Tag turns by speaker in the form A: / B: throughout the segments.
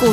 A: 股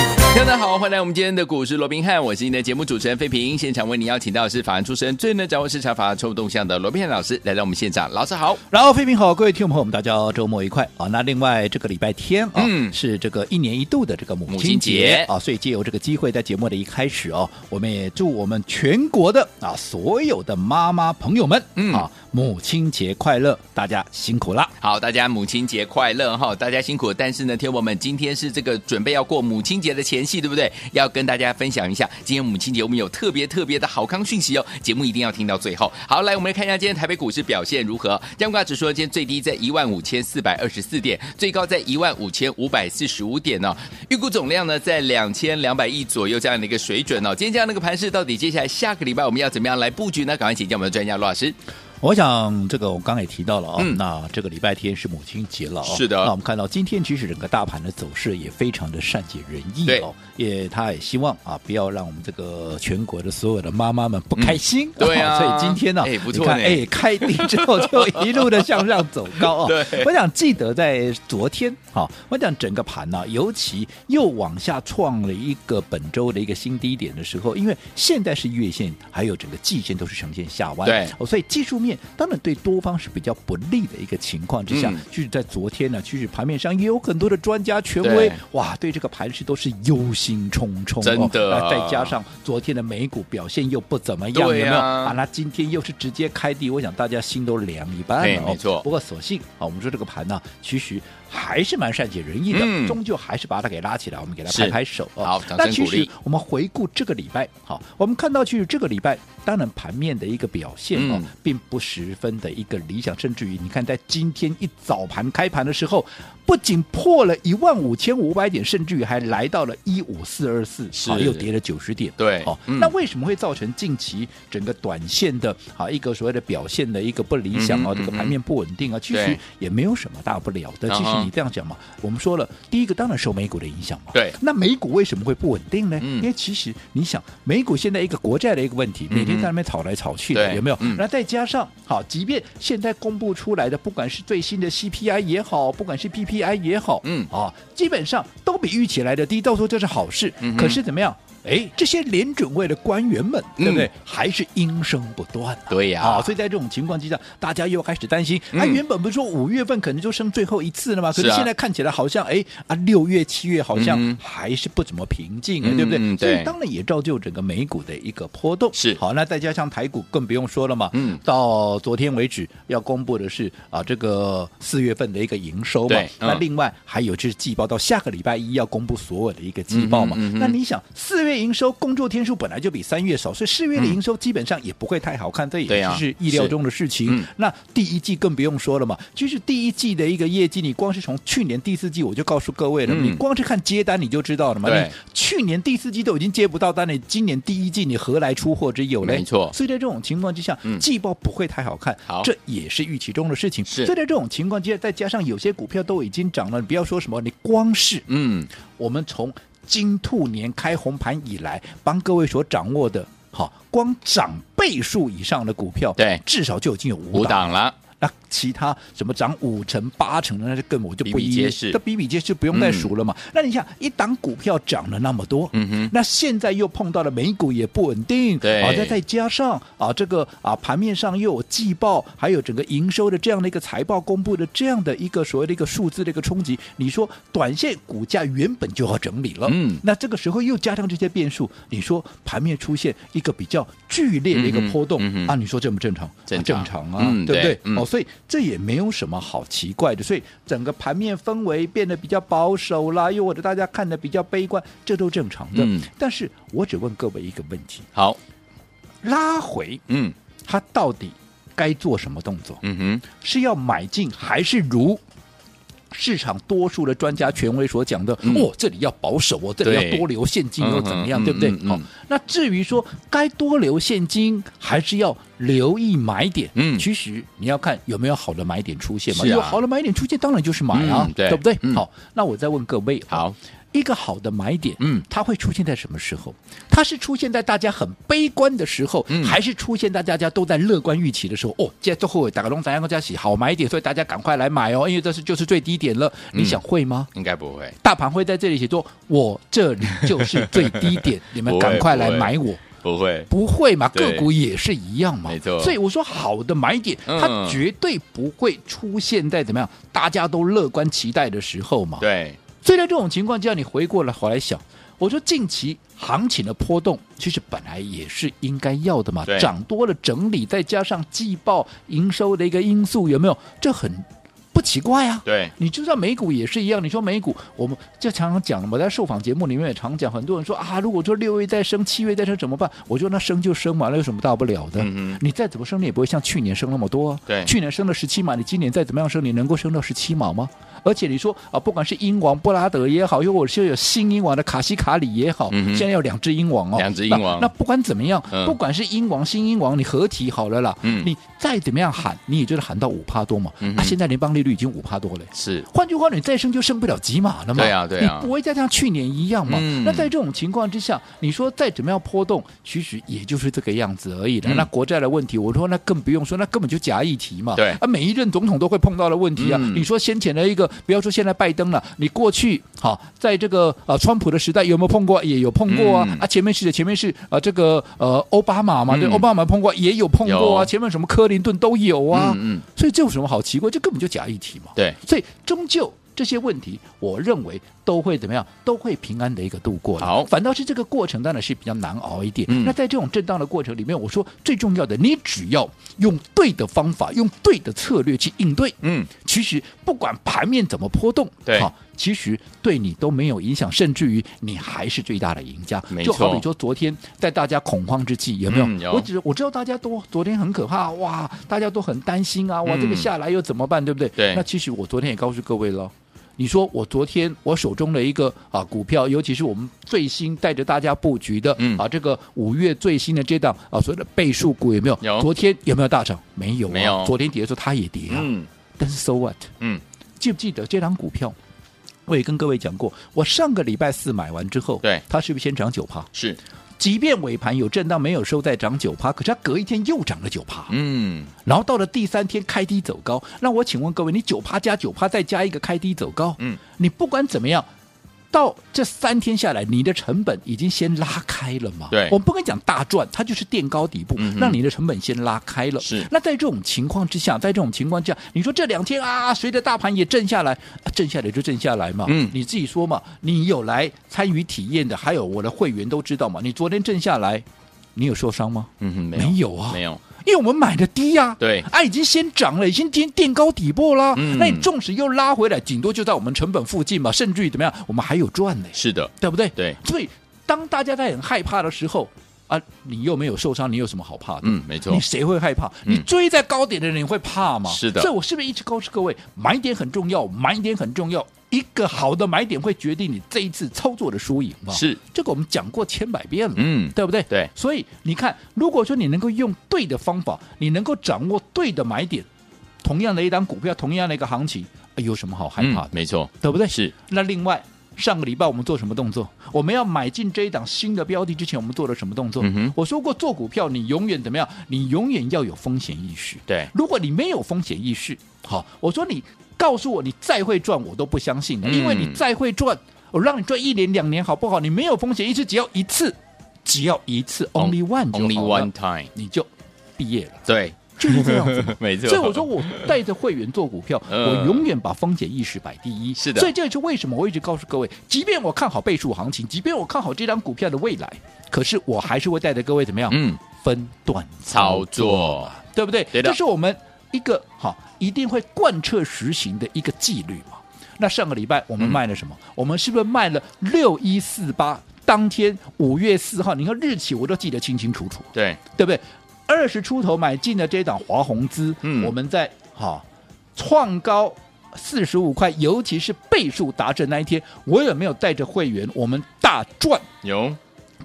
B: 大家好，欢迎来我们今天的股市罗宾汉，我是您的节目主持人费平。现场为您邀请到的是法案出身、最能掌握市场法案臭动向的罗宾汉老师来到我们现场。老师好，
C: 然后，飞平好，各位听众朋友们，大家周末愉快啊！那另外这个礼拜天啊，
B: 嗯
C: 是这个一年一度的这个母
B: 母亲
C: 亲
B: 节
C: 节啊，所以借由这个机会，在节目的一开始哦，我们也祝我们全国的啊所有的妈妈朋友们、
B: 嗯
C: 啊母亲节快乐，大家辛苦啦！
B: 好，大家母亲节快乐哈！大家辛苦了，但是呢，天我们今天是这个准备要过母亲节的前夕，对不对？要跟大家分享一下，今天母亲节我们有特别特别的好康讯息哦，节目一定要听到最后。好，来我们来看一下今天台北股市表现如何。加挂指数呢今天最低在15,424点，最高在15,545点哦。预估总量呢在2,200亿左右这样的一个水准哦。今天这样的一个盘势，到底接下来下个礼拜我们要怎么样来布局呢？赶快请教我们的专家罗老师。
C: 我想这个我刚刚也提到了哦，
B: 嗯
C: 那这个礼拜天是母亲节了哦。
B: 是的
C: 那我们看到今天其实整个大盘的走势也非常的善解人意
B: 对
C: 哦，也他也希望啊不要让我们这个全国的所有的妈妈们不开心。
B: 嗯对啊
C: 所以今天呢、
B: 哎不错
C: 你看
B: 呢
C: 哎开低之后就一路的向上走高哦。
B: 对
C: 我想记得在昨天啊，我想整个盘呢、尤其又往下创了一个本周的一个新低点的时候，因为现在是月线还有整个季线都是呈现下弯，
B: 对
C: 哦，所以技术面当然对多方是比较不利的一个情况之下，
B: 嗯
C: 就是在昨天呢，其实盘面上也有很多的专家权威
B: 对，
C: 哇，对这个盘势都是忧心忡忡、哦，
B: 真的啊
C: 那再加上昨天的美股表现又不怎么样，
B: 对啊
C: 有没有？啊，那今天又是直接开低，我想大家心都凉一半
B: 哎
C: 了、哦，
B: 没错
C: 不过所幸啊，我们说这个盘呢、其实还是蛮善解人意的，
B: 嗯
C: 终究还是把它给拉起来，我们给它
B: 是
C: 拍拍手、哦。
B: 好掌声
C: 那其
B: 鼓励
C: 实我们回顾这个礼拜，好，我们看到其实这个礼拜，当然盘面的一个表现哦，
B: 嗯
C: 并不十分的一个理想，甚至于你看在今天一早盘开盘的时候，不仅破了一万五千五百点，甚至于还来到了一五四二四，
B: 是
C: 啊又跌了九十点。
B: 对
C: 哦，
B: 嗯
C: 那为什么会造成近期整个短线的啊一个所谓的表现的一个不理想啊，
B: 嗯哼
C: 这
B: 嗯
C: 个
B: 哼
C: 盘面不稳定啊？其
B: 对
C: 实也没有什么大不了的。其实
B: 嗯哼
C: 你这样讲嘛，我们说了，第一个当然受美股的影响嘛。
B: 对
C: 那美股为什么会不稳定呢？
B: 嗯
C: 因为其实你想，美股现在一个国债的一个问题，每天在那边炒来炒去的，
B: 嗯对
C: 有没有？
B: 嗯
C: 那再加上好，即便现在公布出来的，不管是最新的 CPI 也好，不管是 PPI 也好，
B: 嗯
C: 啊，基本上都比预期来的低，到时候这是好事。
B: 嗯哼
C: 可是怎么样？哎，这些联准会的官员们，对不对？
B: 嗯
C: 还是应声不断、啊。
B: 对呀
C: 啊，所以在这种情况之下，大家又开始担心。
B: 嗯
C: 啊，原本不是说五月份可能就升最后一次了吗？可
B: 是
C: 是
B: 啊
C: 现在看起来好像，哎啊，六月、七月好
B: 嗯
C: 像
B: 哼
C: 还是不怎么平静，
B: 嗯
C: 对不对？
B: 嗯
C: 所
B: 对
C: 以当然也造就整个美股的一个波动。
B: 是
C: 好，那再加上台股更不用说了嘛。
B: 嗯
C: 到昨天为止要公布的是啊，这个四月份的一个营收嘛
B: 对。嗯
C: 那另外还有就是季报，到下个礼拜一要公布所有的一个季报嘛。
B: 嗯哼嗯哼
C: 那你想，四月营收工作天数本来就比三月少，所以四月的营收基本上也不会太好看，这
B: 对
C: 也
B: 啊
C: 是意料中的事情。
B: 嗯
C: 那第一季更不用说了嘛，就是第一季的一个业绩，你光是从去年第四季我就告诉各位了，
B: 嗯
C: 你光是看接单你就知道了嘛。
B: 对
C: 你去年第四季都已经接不到单了，你今年第一季你何来出货之有嘞？
B: 没错
C: 所以在这种情况之下，
B: 嗯
C: 季报不会太好看，
B: 好
C: 这也是预期中的事情。
B: 是
C: 所以在这种情况之下，再加上有些股票都已经涨了，你不要说什么，你光是
B: 嗯，
C: 我们从金兔年开红盘以来，帮各位所掌握的，好，光涨倍数以上的股票，
B: 对
C: 至少就已经有五
B: 五
C: 档。
B: 档了，
C: 那其他什么涨五成、八成的，那就更我就
B: 比
C: 不
B: 比
C: 一
B: 皆是
C: 这比比皆是，不用再数了嘛。那你想，一档股票涨了那么多，
B: 嗯哼
C: 那现在又碰到了美股也不稳定，
B: 对
C: 啊，再再加上啊这个啊盘面上又有季报，还有整个营收的这样的一个财报公布的这样的一个所谓的一个数字的一个冲击，你说短线股价原本就要整理了，
B: 嗯
C: 那这个时候又加上这些变数，你说盘面出现一个比较剧烈的一个
B: 嗯哼
C: 波动、
B: 嗯哼
C: 啊，你说正不正常？
B: 正常
C: 啊正常啊，
B: 嗯
C: 对不
B: 对
C: 对？
B: 嗯
C: 哦，所以这也没有什么好奇怪的。所以整个盘面氛围变得比较保守啦，又或者大家看的比较悲观，这都正常的。
B: 嗯
C: 但是我只问各位一个问题：
B: 好，
C: 拉回
B: 嗯
C: 它到底该做什么动作？
B: 嗯哼，
C: 是要买进还是如市场多数的专家权威所讲的，
B: 嗯
C: 哦，这里要保守哦，这里
B: 对
C: 要多留现金
B: 嗯
C: 又
B: 哼
C: 怎么样，
B: 嗯
C: 对不对？
B: 嗯嗯
C: 好，那至于说该多留现金，还是要留意买点，
B: 嗯
C: 其实你要看有没有好的买点出现嘛，
B: 是啊
C: 有好的买点出现，当然就是买啊，
B: 嗯对
C: 不对？
B: 嗯
C: 好，那我再问各位，
B: 好，
C: 一个好的买点，
B: 嗯
C: 它会出现在什么时候？它是出现在大家很悲观的时候，
B: 嗯
C: 还是出现在大家都在乐观预期的时候？哦，现在最后打个龙，大家大家洗好买点，所以大家赶快来买哦，因为这是就是最低点了。
B: 嗯
C: 你想会吗？
B: 应该不会，
C: 大盘会在这里写作，我这里就是最低点， 你们
B: 不会
C: 赶快来
B: 不会
C: 买我。
B: 不会，
C: 不会嘛，
B: 对
C: 个股也是一样嘛，
B: 没错
C: 所以我说好的买点，
B: 嗯
C: 它绝对不会出现在怎么样，大家都乐观期待的时候嘛。
B: 对，
C: 所以在这种情况之下，你回过来回来想，我说近期行情的波动，其实本来也是应该要的嘛
B: 对，
C: 涨多了整理，再加上季报营收的一个因素，有没有？这很不奇怪啊。
B: 对，
C: 你就算美股也是一样，你说美股，我们就常常讲了嘛，在受访节目里面也常讲，很多人说啊，如果说六月再升，七月再升怎么办？我说那升就升嘛，那有什么大不了的？
B: 嗯哼
C: 你再怎么升，你也不会像去年升那么多、啊。
B: 对
C: 去年升了十七码，你今年再怎么样升，你能够升到十七码吗？而且你说啊，不管是英王布拉德也好，又或者是有新英王的卡西卡里也好，
B: 嗯哼
C: 现在有两只英王哦，
B: 两只英王
C: 那。那不管怎么样，
B: 嗯
C: 不管是英王、新英王，你合体好了啦，
B: 嗯
C: 你再怎么样喊，你也就是喊到五帕多嘛。
B: 嗯哼
C: 啊，现在联邦利率已经五帕多了。
B: 是，
C: 换句话，你再升就升不了几码了嘛？
B: 对啊对啊
C: 你不会再像去年一样嘛？
B: 嗯
C: 那在这种情况之下，你说再怎么样波动，其实也就是这个样子而已的。
B: 嗯
C: 那国债的问题，我说那更不用说，那根本就假议题嘛。
B: 对
C: 啊，每一任总统都会碰到的问题啊。
B: 嗯
C: 你说先前的一个，不要说现在拜登了，你过去好、在这个呃川普的时代有没有碰过？也有碰过啊。
B: 嗯
C: 啊，前面是前面是呃这个呃奥巴马嘛，对，
B: 嗯
C: 奥巴马碰过，也有碰过
B: 有
C: 啊。前面什么克林顿都有啊。
B: 嗯嗯，
C: 所以这有什么好奇怪？这根本就假议题嘛。
B: 对，
C: 所以终究这些问题，我认为都会怎么样？都会平安的一个度过的。
B: 好
C: 反倒是这个过程当然是比较难熬一点。
B: 嗯
C: 那在这种震荡的过程里面，我说最重要的，你只要用对的方法，用对的策略去应对，
B: 嗯，
C: 其实不管盘面怎么波动，
B: 对
C: 好其实对你都没有影响，甚至于你还是最大的赢家
B: 没。
C: 就
B: 错
C: 好比说昨天在大家恐慌之际，有没有？
B: 嗯有
C: 我只我知道大家都昨天很可怕，哇，大家都很担心啊，哇，
B: 嗯
C: 这个下来又怎么办，对不对？
B: 对
C: 那其实我昨天也告诉各位了。你说我昨天我手中的一个啊股票，尤其是我们最新带着大家布局的、
B: 嗯
C: 啊这个五月最新的这档啊所谓的倍数股有没有？
B: 有
C: 昨天有没有大涨？没有、啊，
B: 没有
C: 昨天跌的时候它也跌啊。
B: 嗯
C: 但是 so what？
B: 嗯，
C: 记不记得这张股票？我也跟各位讲过，我上个礼拜四买完之后，
B: 对
C: 它是不是先涨九趴？
B: 是，
C: 即便尾盘有震荡，没有收在涨九趴，可是它隔一天又涨了九趴、
B: 嗯，
C: 然后到了第三天开低走高。那我请问各位，你九趴加九趴再加一个开低走高，
B: 嗯，
C: 你不管怎么样。到这三天下来，你的成本已经先拉开了嘛？
B: 对
C: 我们不跟你讲大赚，它就是垫高底部，
B: 嗯哼
C: 让你的成本先拉开了。
B: 是
C: 那在这种情况之下，在这种情况之下，你说这两天啊，随着大盘也震下来，啊震下来就震下来嘛。
B: 嗯
C: 你自己说嘛，你有来参与体验的，还有我的会员都知道嘛。你昨天震下来，你有受伤吗？
B: 嗯哼，没有，
C: 没有啊
B: 没有，
C: 因为我们买的低呀、
B: 对
C: 啊，已经先涨了，已经垫垫高底部啦。
B: 嗯
C: 那你纵使又拉回来，顶多就在我们成本附近嘛，甚至于怎么样，我们还有赚呢，
B: 是的，
C: 对不对？
B: 对，
C: 所以当大家在很害怕的时候啊，你又没有受伤，你有什么好怕的？
B: 嗯，没错
C: 你，谁会害怕？
B: 嗯
C: 你追在高点的人，你会怕吗？
B: 是的
C: 所以我是不是一直告诉各位，买点很重要，买点很重要。一个好的买点会决定你这一次操作的输赢嘛？
B: 是，
C: 这个我们讲过千百遍了。
B: 嗯，
C: 对不对？
B: 对
C: 所以你看，如果说你能够用对的方法，你能够掌握对的买点，同样的一档股票，同样的一个行情，哎有什么好害怕
B: 嗯
C: 的，？
B: 没错，
C: 对不对？
B: 是，
C: 那另外，上个礼拜我们做什么动作？我们要买进这一档新的标的之前，我们做了什么动作？
B: 嗯哼
C: 我说过，做股票你永远怎么样？你永远要有风险意识。
B: 对，
C: 如果你没有风险意识，好，我说你告诉我你再会赚，我都不相信的，
B: 嗯
C: 因为你再会赚，我让你赚一年两年好不好？你没有风险意识，只要一次，只要一次，only one
B: 哦
C: 就好了
B: Only one time，
C: 你就毕业了，
B: 对，
C: 就是这样子嘛。
B: 没错，
C: 所以我说，我带着会员做股票，
B: 嗯
C: 我永远把风险意识摆第一。
B: 是的
C: 所以这也是为什么我一直告诉各位，即便我看好倍数行情，即便我看好这张股票的未来，可是我还是会带着各位怎么样？
B: 嗯，
C: 分段
B: 操
C: 操
B: 作，
C: 对不对？
B: 对的
C: 这是我们一个好一定会贯彻实行的一个纪律嘛。那上个礼拜我们卖了什么？
B: 嗯
C: 我们是不是卖了六一四八？当天五月四号，你看日期我都记得清清楚楚，
B: 对，
C: 对不对？二十出头买进的这一档华宏资，
B: 嗯
C: 我们在哈、创高四十五块，尤其是倍数达阵那一天，我有没有带着会员我们大赚
B: 有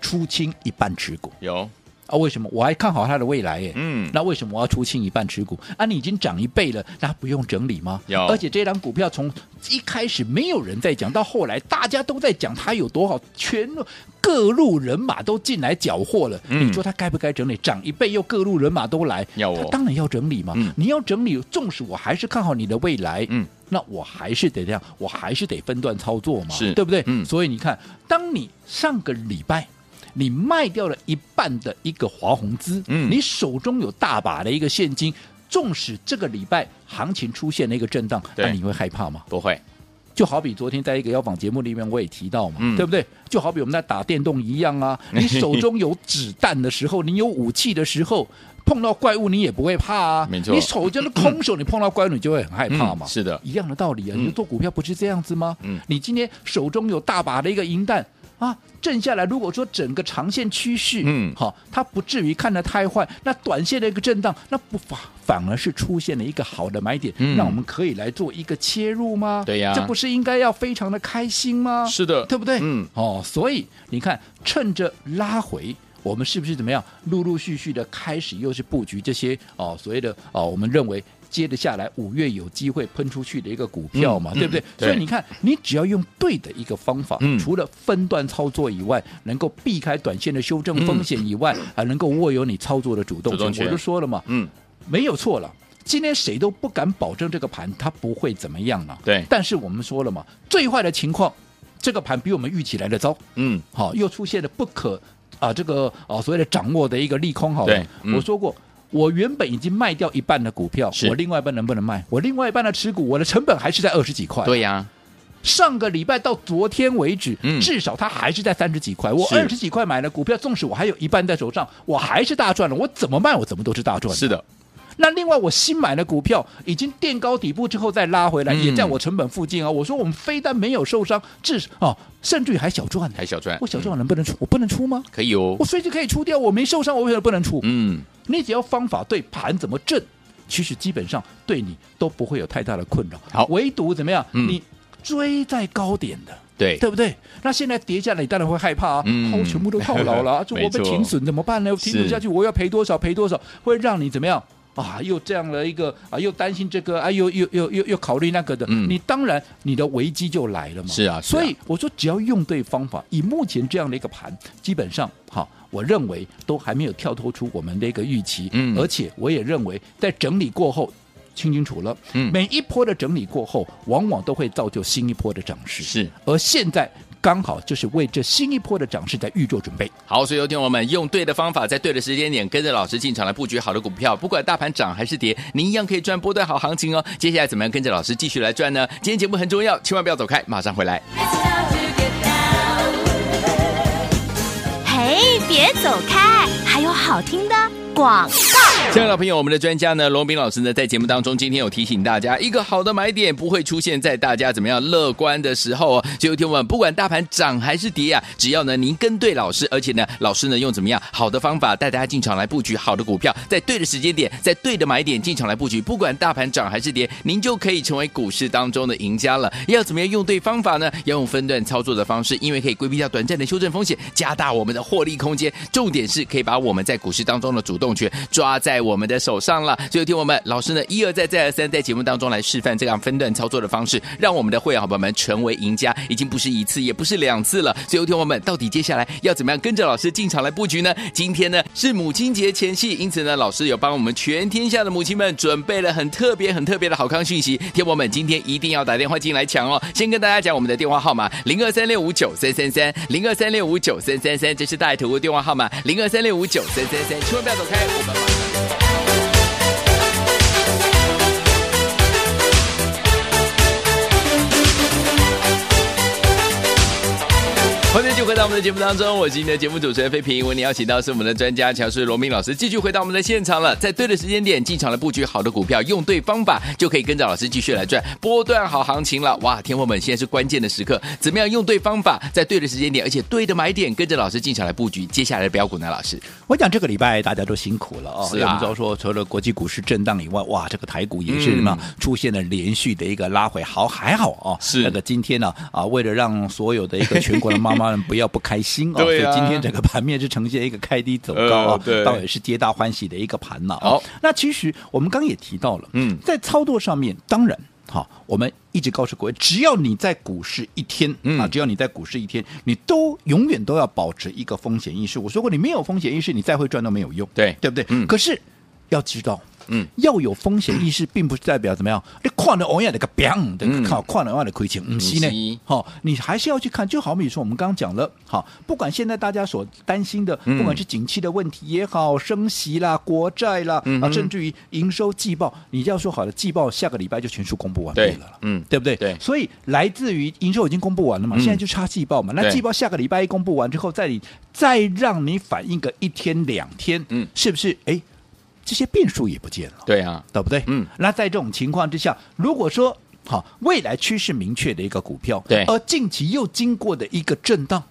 C: 出清一半持股
B: 有，
C: 啊？为什么？我还看好它的未来耶。
B: 嗯，
C: 那为什么我要出清一半持股？啊，你已经涨一倍了，那不用整理吗？
B: 有
C: 而且这张股票从一开始没有人在讲，到后来大家都在讲它有多好，全各路人马都进来缴获了。
B: 嗯
C: 你说它该不该整理？涨一倍又各路人马都来，
B: 要哦
C: 它当然要整理嘛。
B: 嗯
C: 你要整理，纵使我还是看好你的未来，
B: 嗯，
C: 那我还是得这样，我还是得分段操作嘛，
B: 是
C: 对不对？
B: 嗯
C: 所以你看，当你上个礼拜。你卖掉了一半的一个华宏资，
B: 嗯
C: 你手中有大把的一个现金，纵使这个礼拜行情出现了一个震荡，
B: 对
C: 那你会害怕吗？
B: 不会，
C: 就好比昨天在一个邀访节目里面我也提到嘛，
B: 嗯
C: 对不对？就好比我们在打电动一样 啊，你手中有子弹的时候，你有武器的时候。碰到怪物你也不会怕啊，
B: 没错
C: 你手就是空手，你碰到怪物你就会很害怕嘛。
B: 嗯是的
C: 一样的道理啊。
B: 嗯
C: 你做股票不是这样子吗？
B: 嗯
C: 你今天手中有大把的一个银弹啊，震下来，如果说整个长线趋势，
B: 嗯
C: 好、它不至于看得太坏，那短线的一个震荡，那不反反而是出现了一个好的买点，
B: 嗯
C: 那我们可以来做一个切入吗？
B: 对呀
C: 这不是应该要非常的开心吗？
B: 是的
C: 对不对？
B: 嗯，
C: 哦，所以你看，趁着拉回。我们是不是怎么样，陆陆续续的开始又是布局这些哦，所谓的哦，我们认为接着下来五月有机会喷出去的一个股票嘛，
B: 嗯
C: 对不对？
B: 嗯
C: 所以
B: 对
C: 你看，你只要用对的一个方法，
B: 嗯
C: 除了分段操作以外，能够避开短线的修正风险以外，还能够握有你操作的主
B: 嗯
C: 动
B: 主动
C: 权。
B: 权
C: 我就说了嘛，
B: 嗯，
C: 没有错了。今天谁都不敢保证这个盘它不会怎么样了。
B: 对
C: 但是我们说了嘛，最坏的情况，这个盘比我们预期来的糟，
B: 嗯，
C: 好、又出现了不可啊、这个啊、所谓的掌握的一个利空，好了
B: 对嗯
C: 我说过。我原本已经卖掉一半的股票
B: 是，
C: 我另外一半能不能卖？我另外一半的持股，我的成本还是在二十几块。
B: 对啊呀，
C: 上个礼拜到昨天为止，
B: 嗯
C: 至少它还是在三十几块。我
B: 是
C: 二十几块买了股票，纵使我还有一半在手上，我还是大赚了。我怎么卖，我怎么都是大赚。
B: 啊是的，
C: 那另外，我新买的股票已经垫高底部之后再拉回来，
B: 嗯
C: 也在我成本附近啊。我说我们非但没有受伤，至哦，甚至于还小赚呢。
B: 还小赚，
C: 我小赚能不能出？我不能出吗？
B: 可以哦
C: 我，随时可以出掉，我没受伤，我为什么不能出？
B: 嗯，
C: 你只要方法对，盘怎么震，其实基本上对你都不会有太大的困扰。
B: 好
C: 唯独怎么样？
B: 嗯
C: 你追在高点的。
B: 对，
C: 对不对？那现在跌下来，你当然会害怕啊！
B: 嗯
C: 哦，全部都套牢了 啊，就
B: 没
C: 我被
B: 错
C: 停损怎么办呢？
B: 是
C: 停损下去，我要赔多少？赔多少？会让你怎么样？啊，又这样的一个啊，又担心这个啊，又又又又又考虑那个的，
B: 嗯
C: 你当然你的危机就来了嘛。
B: 是啊是啊
C: 所以我说只要用对方法，以目前这样的一个盘，基本上哈，我认为都还没有跳脱出我们的一个预期，
B: 嗯
C: 而且我也认为在整理过后。清清楚了，
B: 嗯
C: 每一波的整理过后，往往都会造就新一波的涨势。
B: 是。
C: 而现在刚好就是为这新一波的涨势在预做准备。
B: 好，所以有听我们用对的方法，在对的时间点，跟着老师进场来布局好的股票，不管大盘涨还是跌，您一样可以赚波段好行情哦。接下来怎么样跟着老师继续来赚呢？今天节目很重要，千万不要走开，马上回来。
A: 嘿，别走开，还有好听的广。
B: 亲爱的朋友我们的专家呢，龙斌老师呢，在节目当中今天有提醒大家，一个好的买点不会出现在大家怎么样乐观的时候哦。所以，有听我们不管大盘涨还是跌啊，只要呢您跟对老师，而且呢老师呢用怎么样好的方法带大家进场来布局好的股票，在对的时间点，在对的买点进场来布局，不管大盘涨还是跌，您就可以成为股市当中的赢家了。要怎么样用对方法呢？要用分段操作的方式，因为可以规避掉短暂的修正风险，加大我们的获利空间。重点是可以把我们在股市当中的主动权抓在我们的手上了。所以，听我们老师呢一而再再而三在节目当中来示范这样分段操作的方式，让我们的会员好朋友们成为赢家，已经不是一次，也不是两次了。所以，听我们到底接下来要怎么样跟着老师进场来布局呢？今天呢是母亲节前夕，因此呢，老师有帮我们全天下的母亲们准备了很特别、很特别的好康讯息。听我们今天一定要打电话进来抢哦！先跟大家讲我们的电话号码：零二三六五九三三三，零二三六五九三三三，这是大爱投顾电话号码，零二三六五九三三三，千万不要走开，我们马上。欢迎就回到我们的节目当中，我是今天的节目主持人费平。为您邀请到是我们的专家乔氏罗明老师，继续回到我们的现场了。在对的时间点进场的布局好的股票，用对方法就可以跟着老师继续来赚波段好行情了。哇，天后们，现在是关键的时刻，怎么样用对方法，在对的时间点，而且对的买点，跟着老师进场来布局接下来的标股呢？老师，
C: 我讲这个礼拜大家都辛苦了哦，
B: 是啊
C: 因为我们知道说，除了国际股市震荡以外，哇，这个台股也是什么、出现了连续的一个拉回，好还好哦。
B: 嗯是
C: 那个今天呢啊为了让所有的一个全国的妈妈们不要不开心 哦，
B: 对啊
C: 所以今天整个盘面是呈现一个开低走高
B: 呃
C: 啊、
B: 对
C: 倒也是皆大欢喜的一个盘了、
B: 好
C: 那其实我们刚刚也提到了，
B: 嗯
C: 在操作上面，当然。好，我们一直告诉各位，只要你在股市一天、
B: 嗯
C: 啊，只要你在股市一天，你都永远都要保持一个风险意识。我说过，你没有风险意识，你再会赚都没有用，
B: 对
C: 对不对？
B: 嗯
C: 可是要知道。
B: 嗯，
C: 要有风险意识，并不是代表怎么样，你看了欧亚的个 bang，对
B: 嗯
C: 靠看了欧亚的亏钱，嗯，是
B: 不是
C: 呢，好、你还是要去看。就好比说，我们刚刚讲了，好，不管现在大家所担心的，
B: 嗯
C: 不管是景气的问题也好，升息啦、国债啦，
B: 嗯
C: 啊，
B: 哼
C: 甚至于营收季报，你要说好了，季报下个礼拜就全数公布完毕
B: 对
C: 了啦
B: 嗯
C: 对不对？
B: 对
C: 所以来自于营收已经公布完了嘛，
B: 嗯
C: 现在就差季报嘛。那
B: 对
C: 季报下个礼拜一公布完之后，再你再让你反应个一天两天，
B: 嗯
C: 是不是？哎，这些变数也不见了。
B: 对啊，
C: 对不对？
B: 嗯
C: 那在这种情况之下，如果说好未来趋势明确的一个股票，
B: 对
C: 而近期又经过的一个震荡，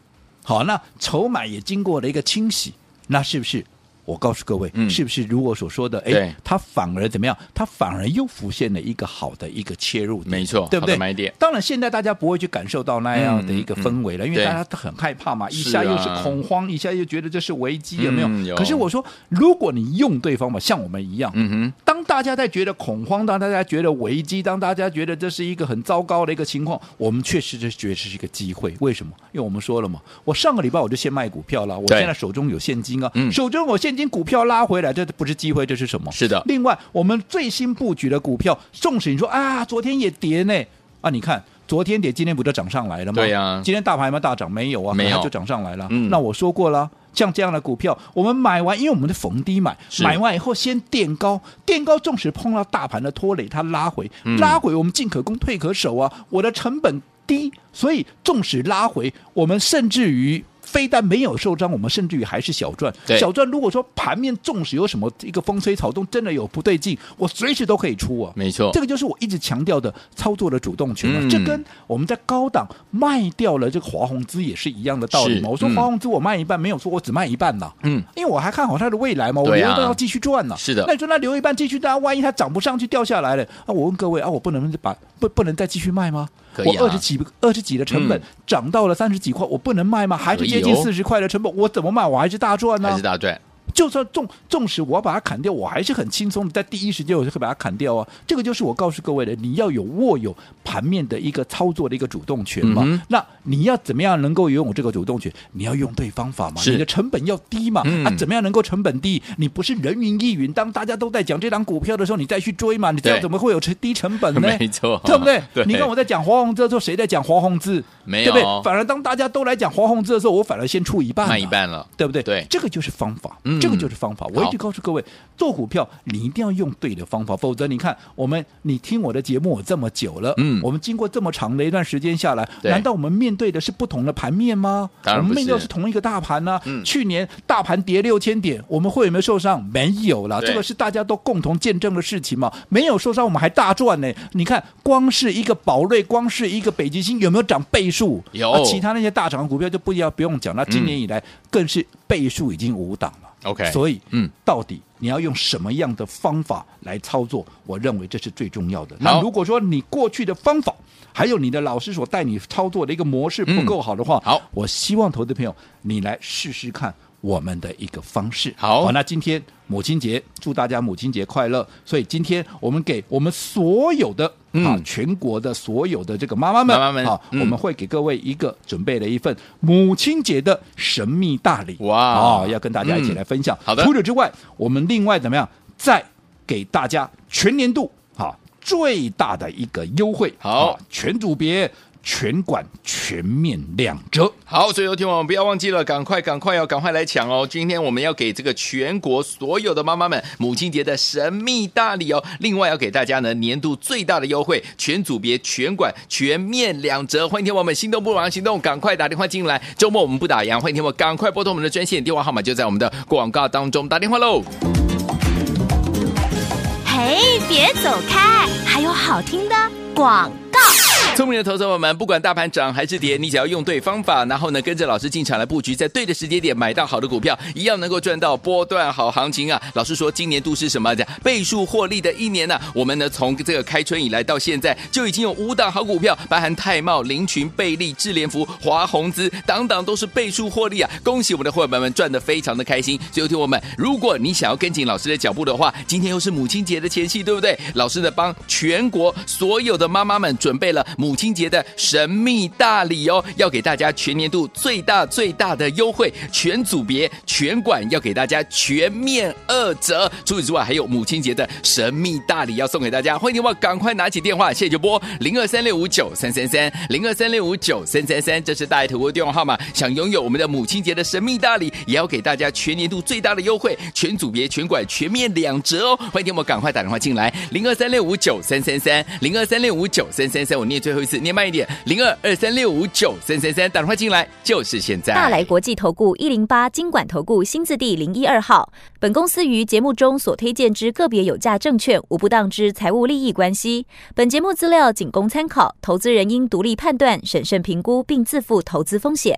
C: 好，那筹码也经过了一个清洗，那是不是？我告诉各位，
B: 嗯
C: 是不是如我所说的？
B: 对
C: 哎，它反而怎么样？它反而又浮现了一个好的一个切入点，
B: 没错
C: 对不
B: 好
C: 对？
B: 的买点
C: 当然，现在大家不会去感受到那样的一个
B: 嗯嗯嗯
C: 氛围了，因
B: 对
C: 为大家都很害怕嘛，一
B: 是
C: 下又
B: 啊
C: 是恐慌，一下又觉得这是危机，有没有？
B: 嗯有
C: 可是我说，如果你用对方法，像我们一样，
B: 嗯哼，
C: 当大家在觉得恐慌，当大家觉得危机，当大家觉得这是一个很糟糕的一个情况，我们确实就觉得是一个机会。为什么？因为我们说了嘛，我上个礼拜我就先卖股票了，我
B: 对
C: 现在手中有现金啊，
B: 嗯
C: 手中有现金，股票拉回来，这不是机会，这是什么？
B: 是的
C: 另外，我们最新布局的股票，纵使你说啊，昨天也跌呢，啊，你看。昨天跌，今天不就涨上来了吗？
B: 对呀
C: 今天大盘有没有大涨？没有啊，
B: 没有
C: 它就涨上来了。
B: 嗯
C: 那我说过了，像这样的股票，我们买完，因为我们是逢低买，
B: 是
C: 买完以后先垫高，垫高纵使碰到大盘的拖累，它拉回，
B: 嗯
C: 拉回我们进可攻退可守啊，我的成本低，所以纵使拉回，我们甚至于。非但没有受伤，我们甚至于还是小赚
B: 对。
C: 小哦赚，如果说盘面纵使有什么一个风吹草动，真的有不对劲，我随时都可以出啊。
B: 没错
C: 这，个就是我一直强调的操作的主动权、啊
B: 嗯
C: 这跟我们在高档卖掉了这个华宏资也是一样的道理
B: 是
C: 嘛。我说
B: 嗯
C: 华宏资我卖一半，没有说我只卖一半呐、
B: 嗯，
C: 因为我还看好它的未来嘛，我
B: 对
C: 留
B: 啊
C: 一半要继续赚呢、
B: 是的
C: 那你说那留一半继续赚，万一它涨不上去掉下来了啊？我问各位啊，我不能把不不能再继续卖吗？
B: 可以啊
C: 我二十几二十几的成本、
B: 嗯
C: 涨到了三十几块，我不能卖吗？还
B: 可
C: 是
B: 以
C: 接近
B: 哦
C: 四十块的成本，我怎么卖？我还是大赚呢、
B: 嗯还是大赚，
C: 就算纵纵使我要把它砍掉，我还是很轻松的，在第一时间我就会把它砍掉啊。这个就是我告诉各位的，你要有握有盘面的一个操作的一个主动权嘛。
B: 嗯哼
C: 那你要怎么样能够拥有这个主动权？你要用对方法嘛，
B: 是
C: 你的成本要低嘛。
B: 嗯
C: 啊，怎么样能够成本低？你不是人云亦云，当大家都在讲这档股票的时候，你再去追嘛，你这样
B: 对
C: 怎么会有成低成本呢？
B: 没错
C: 对不对？
B: 对
C: 你看我在讲华宏资的时候，谁在讲华宏资？
B: 没
C: 对不
B: 有
C: 对？反而当大家都来讲华宏资的时候，我反而先出一半、啊，
B: 卖一半了，
C: 对不对？
B: 对
C: 这个就是方法，
B: 嗯
C: 这个就是方法。我一直告诉各位，做股票你一定要用对的方法，否则你看我们，你听我的节目我这么久了，
B: 嗯
C: 我们经过这么长的一段时间下来，
B: 对
C: 难道我们面对的是不同的盘面吗？
B: 当然
C: 我
B: 不是
C: 们面对的是同一个大盘呢、啊
B: 嗯
C: 去年大盘跌六千点，我们会有没有受伤？没有啦，
B: 对
C: 这个是大家都共同见证的事情嘛。没有受伤，我们还大赚呢。你看，光是一个宝瑞，光是一个北极星，有没有涨倍数？
B: 有嗯
C: 啊其他那些大涨的股票就不要不用讲。那今年以来，更是倍数已经五档了。
B: OK
C: 所以，
B: 嗯
C: 嗯，到底你要用什么样的方法来操作？我认为这是最重要的。
B: 好
C: 那如果说你过去的方法，还有你的老师所带你操作的一个模式不够好的话，
B: 嗯好，
C: 我希望投资朋友你来试试看我们的一个方式。
B: 好
C: 那今天母亲节，祝大家母亲节快乐。所以今天我们给我们所有的、
B: 嗯
C: 啊，全国的所有的这个妈妈们，
B: 妈妈们
C: 啊，
B: 嗯
C: 我们会给各位一个准备了一份母亲节的神秘大礼。
B: 哇
C: 啊，要跟大家一起
B: 嗯
C: 来分享。
B: 好的
C: 除此之外，我们另外怎么样，再给大家全年度好最大的一个优惠，
B: 好
C: 啊全组别。全馆全面两折。
B: 好，所以有听我们不要忘记了，赶快赶快要赶快来抢哦！今天我们要给这个全国所有的妈妈们母亲节的神秘大礼哦，另外要给大家呢年度最大的优惠，全组别、全馆、全面两折。欢迎听我们心动不如马上行动，赶快打电话进来。周末我们不打烊，欢迎听我赶快拨通我们的专线电话号码，就在我们的广告当中，打电话喽。
A: 嘿，别走开，还有好听的广告。
B: 聪明的投资者们，不管大盘涨还是跌，你只要用对方法，然后呢跟着老师进场来布局，在对的时间点买到好的股票，一样能够赚到波段好行情啊！老师说，今年度是什么？讲倍数获利的一年呢、我们呢从这个开春以来到现在，就已经有五档好股票，包含泰茂、林群、贝利、智联福、华宏资，档档都是倍数获利啊！恭喜我们的伙伴们赚得非常的开心。所以，听我们，如果你想要跟紧老师的脚步的话，今天又是母亲节的前夕，对不对？老师呢帮全国所有的妈妈们准备了母亲节的神秘大礼哦，要给大家全年度最大最大的优惠，全组别、全馆要给大家全面二折。除此之外，还有母亲节的神秘大礼要送给大家，欢迎你们赶快拿起电话，现在就拨零二三六五九三三三零二三六五九三三三，这是大爱投顾的电话号码。想拥有我们的母亲节的神秘大礼，也要给大家全年度最大的优惠，全组别、全馆全面两折哦！欢迎我们赶快打电话进来，零二三六五九三三三零二三六五九三三三，我念最后一次，念慢一点，零二二三六五九三三三，打电话进来就是现在。
D: 大来国际投顾一零八金管投顾新字第零一二号。本公司于节目中所推荐之个别有价证券，无不当之财务利益关系。本节目资料仅供参考，投资人应独立判断、审慎评估，并自负投资风险。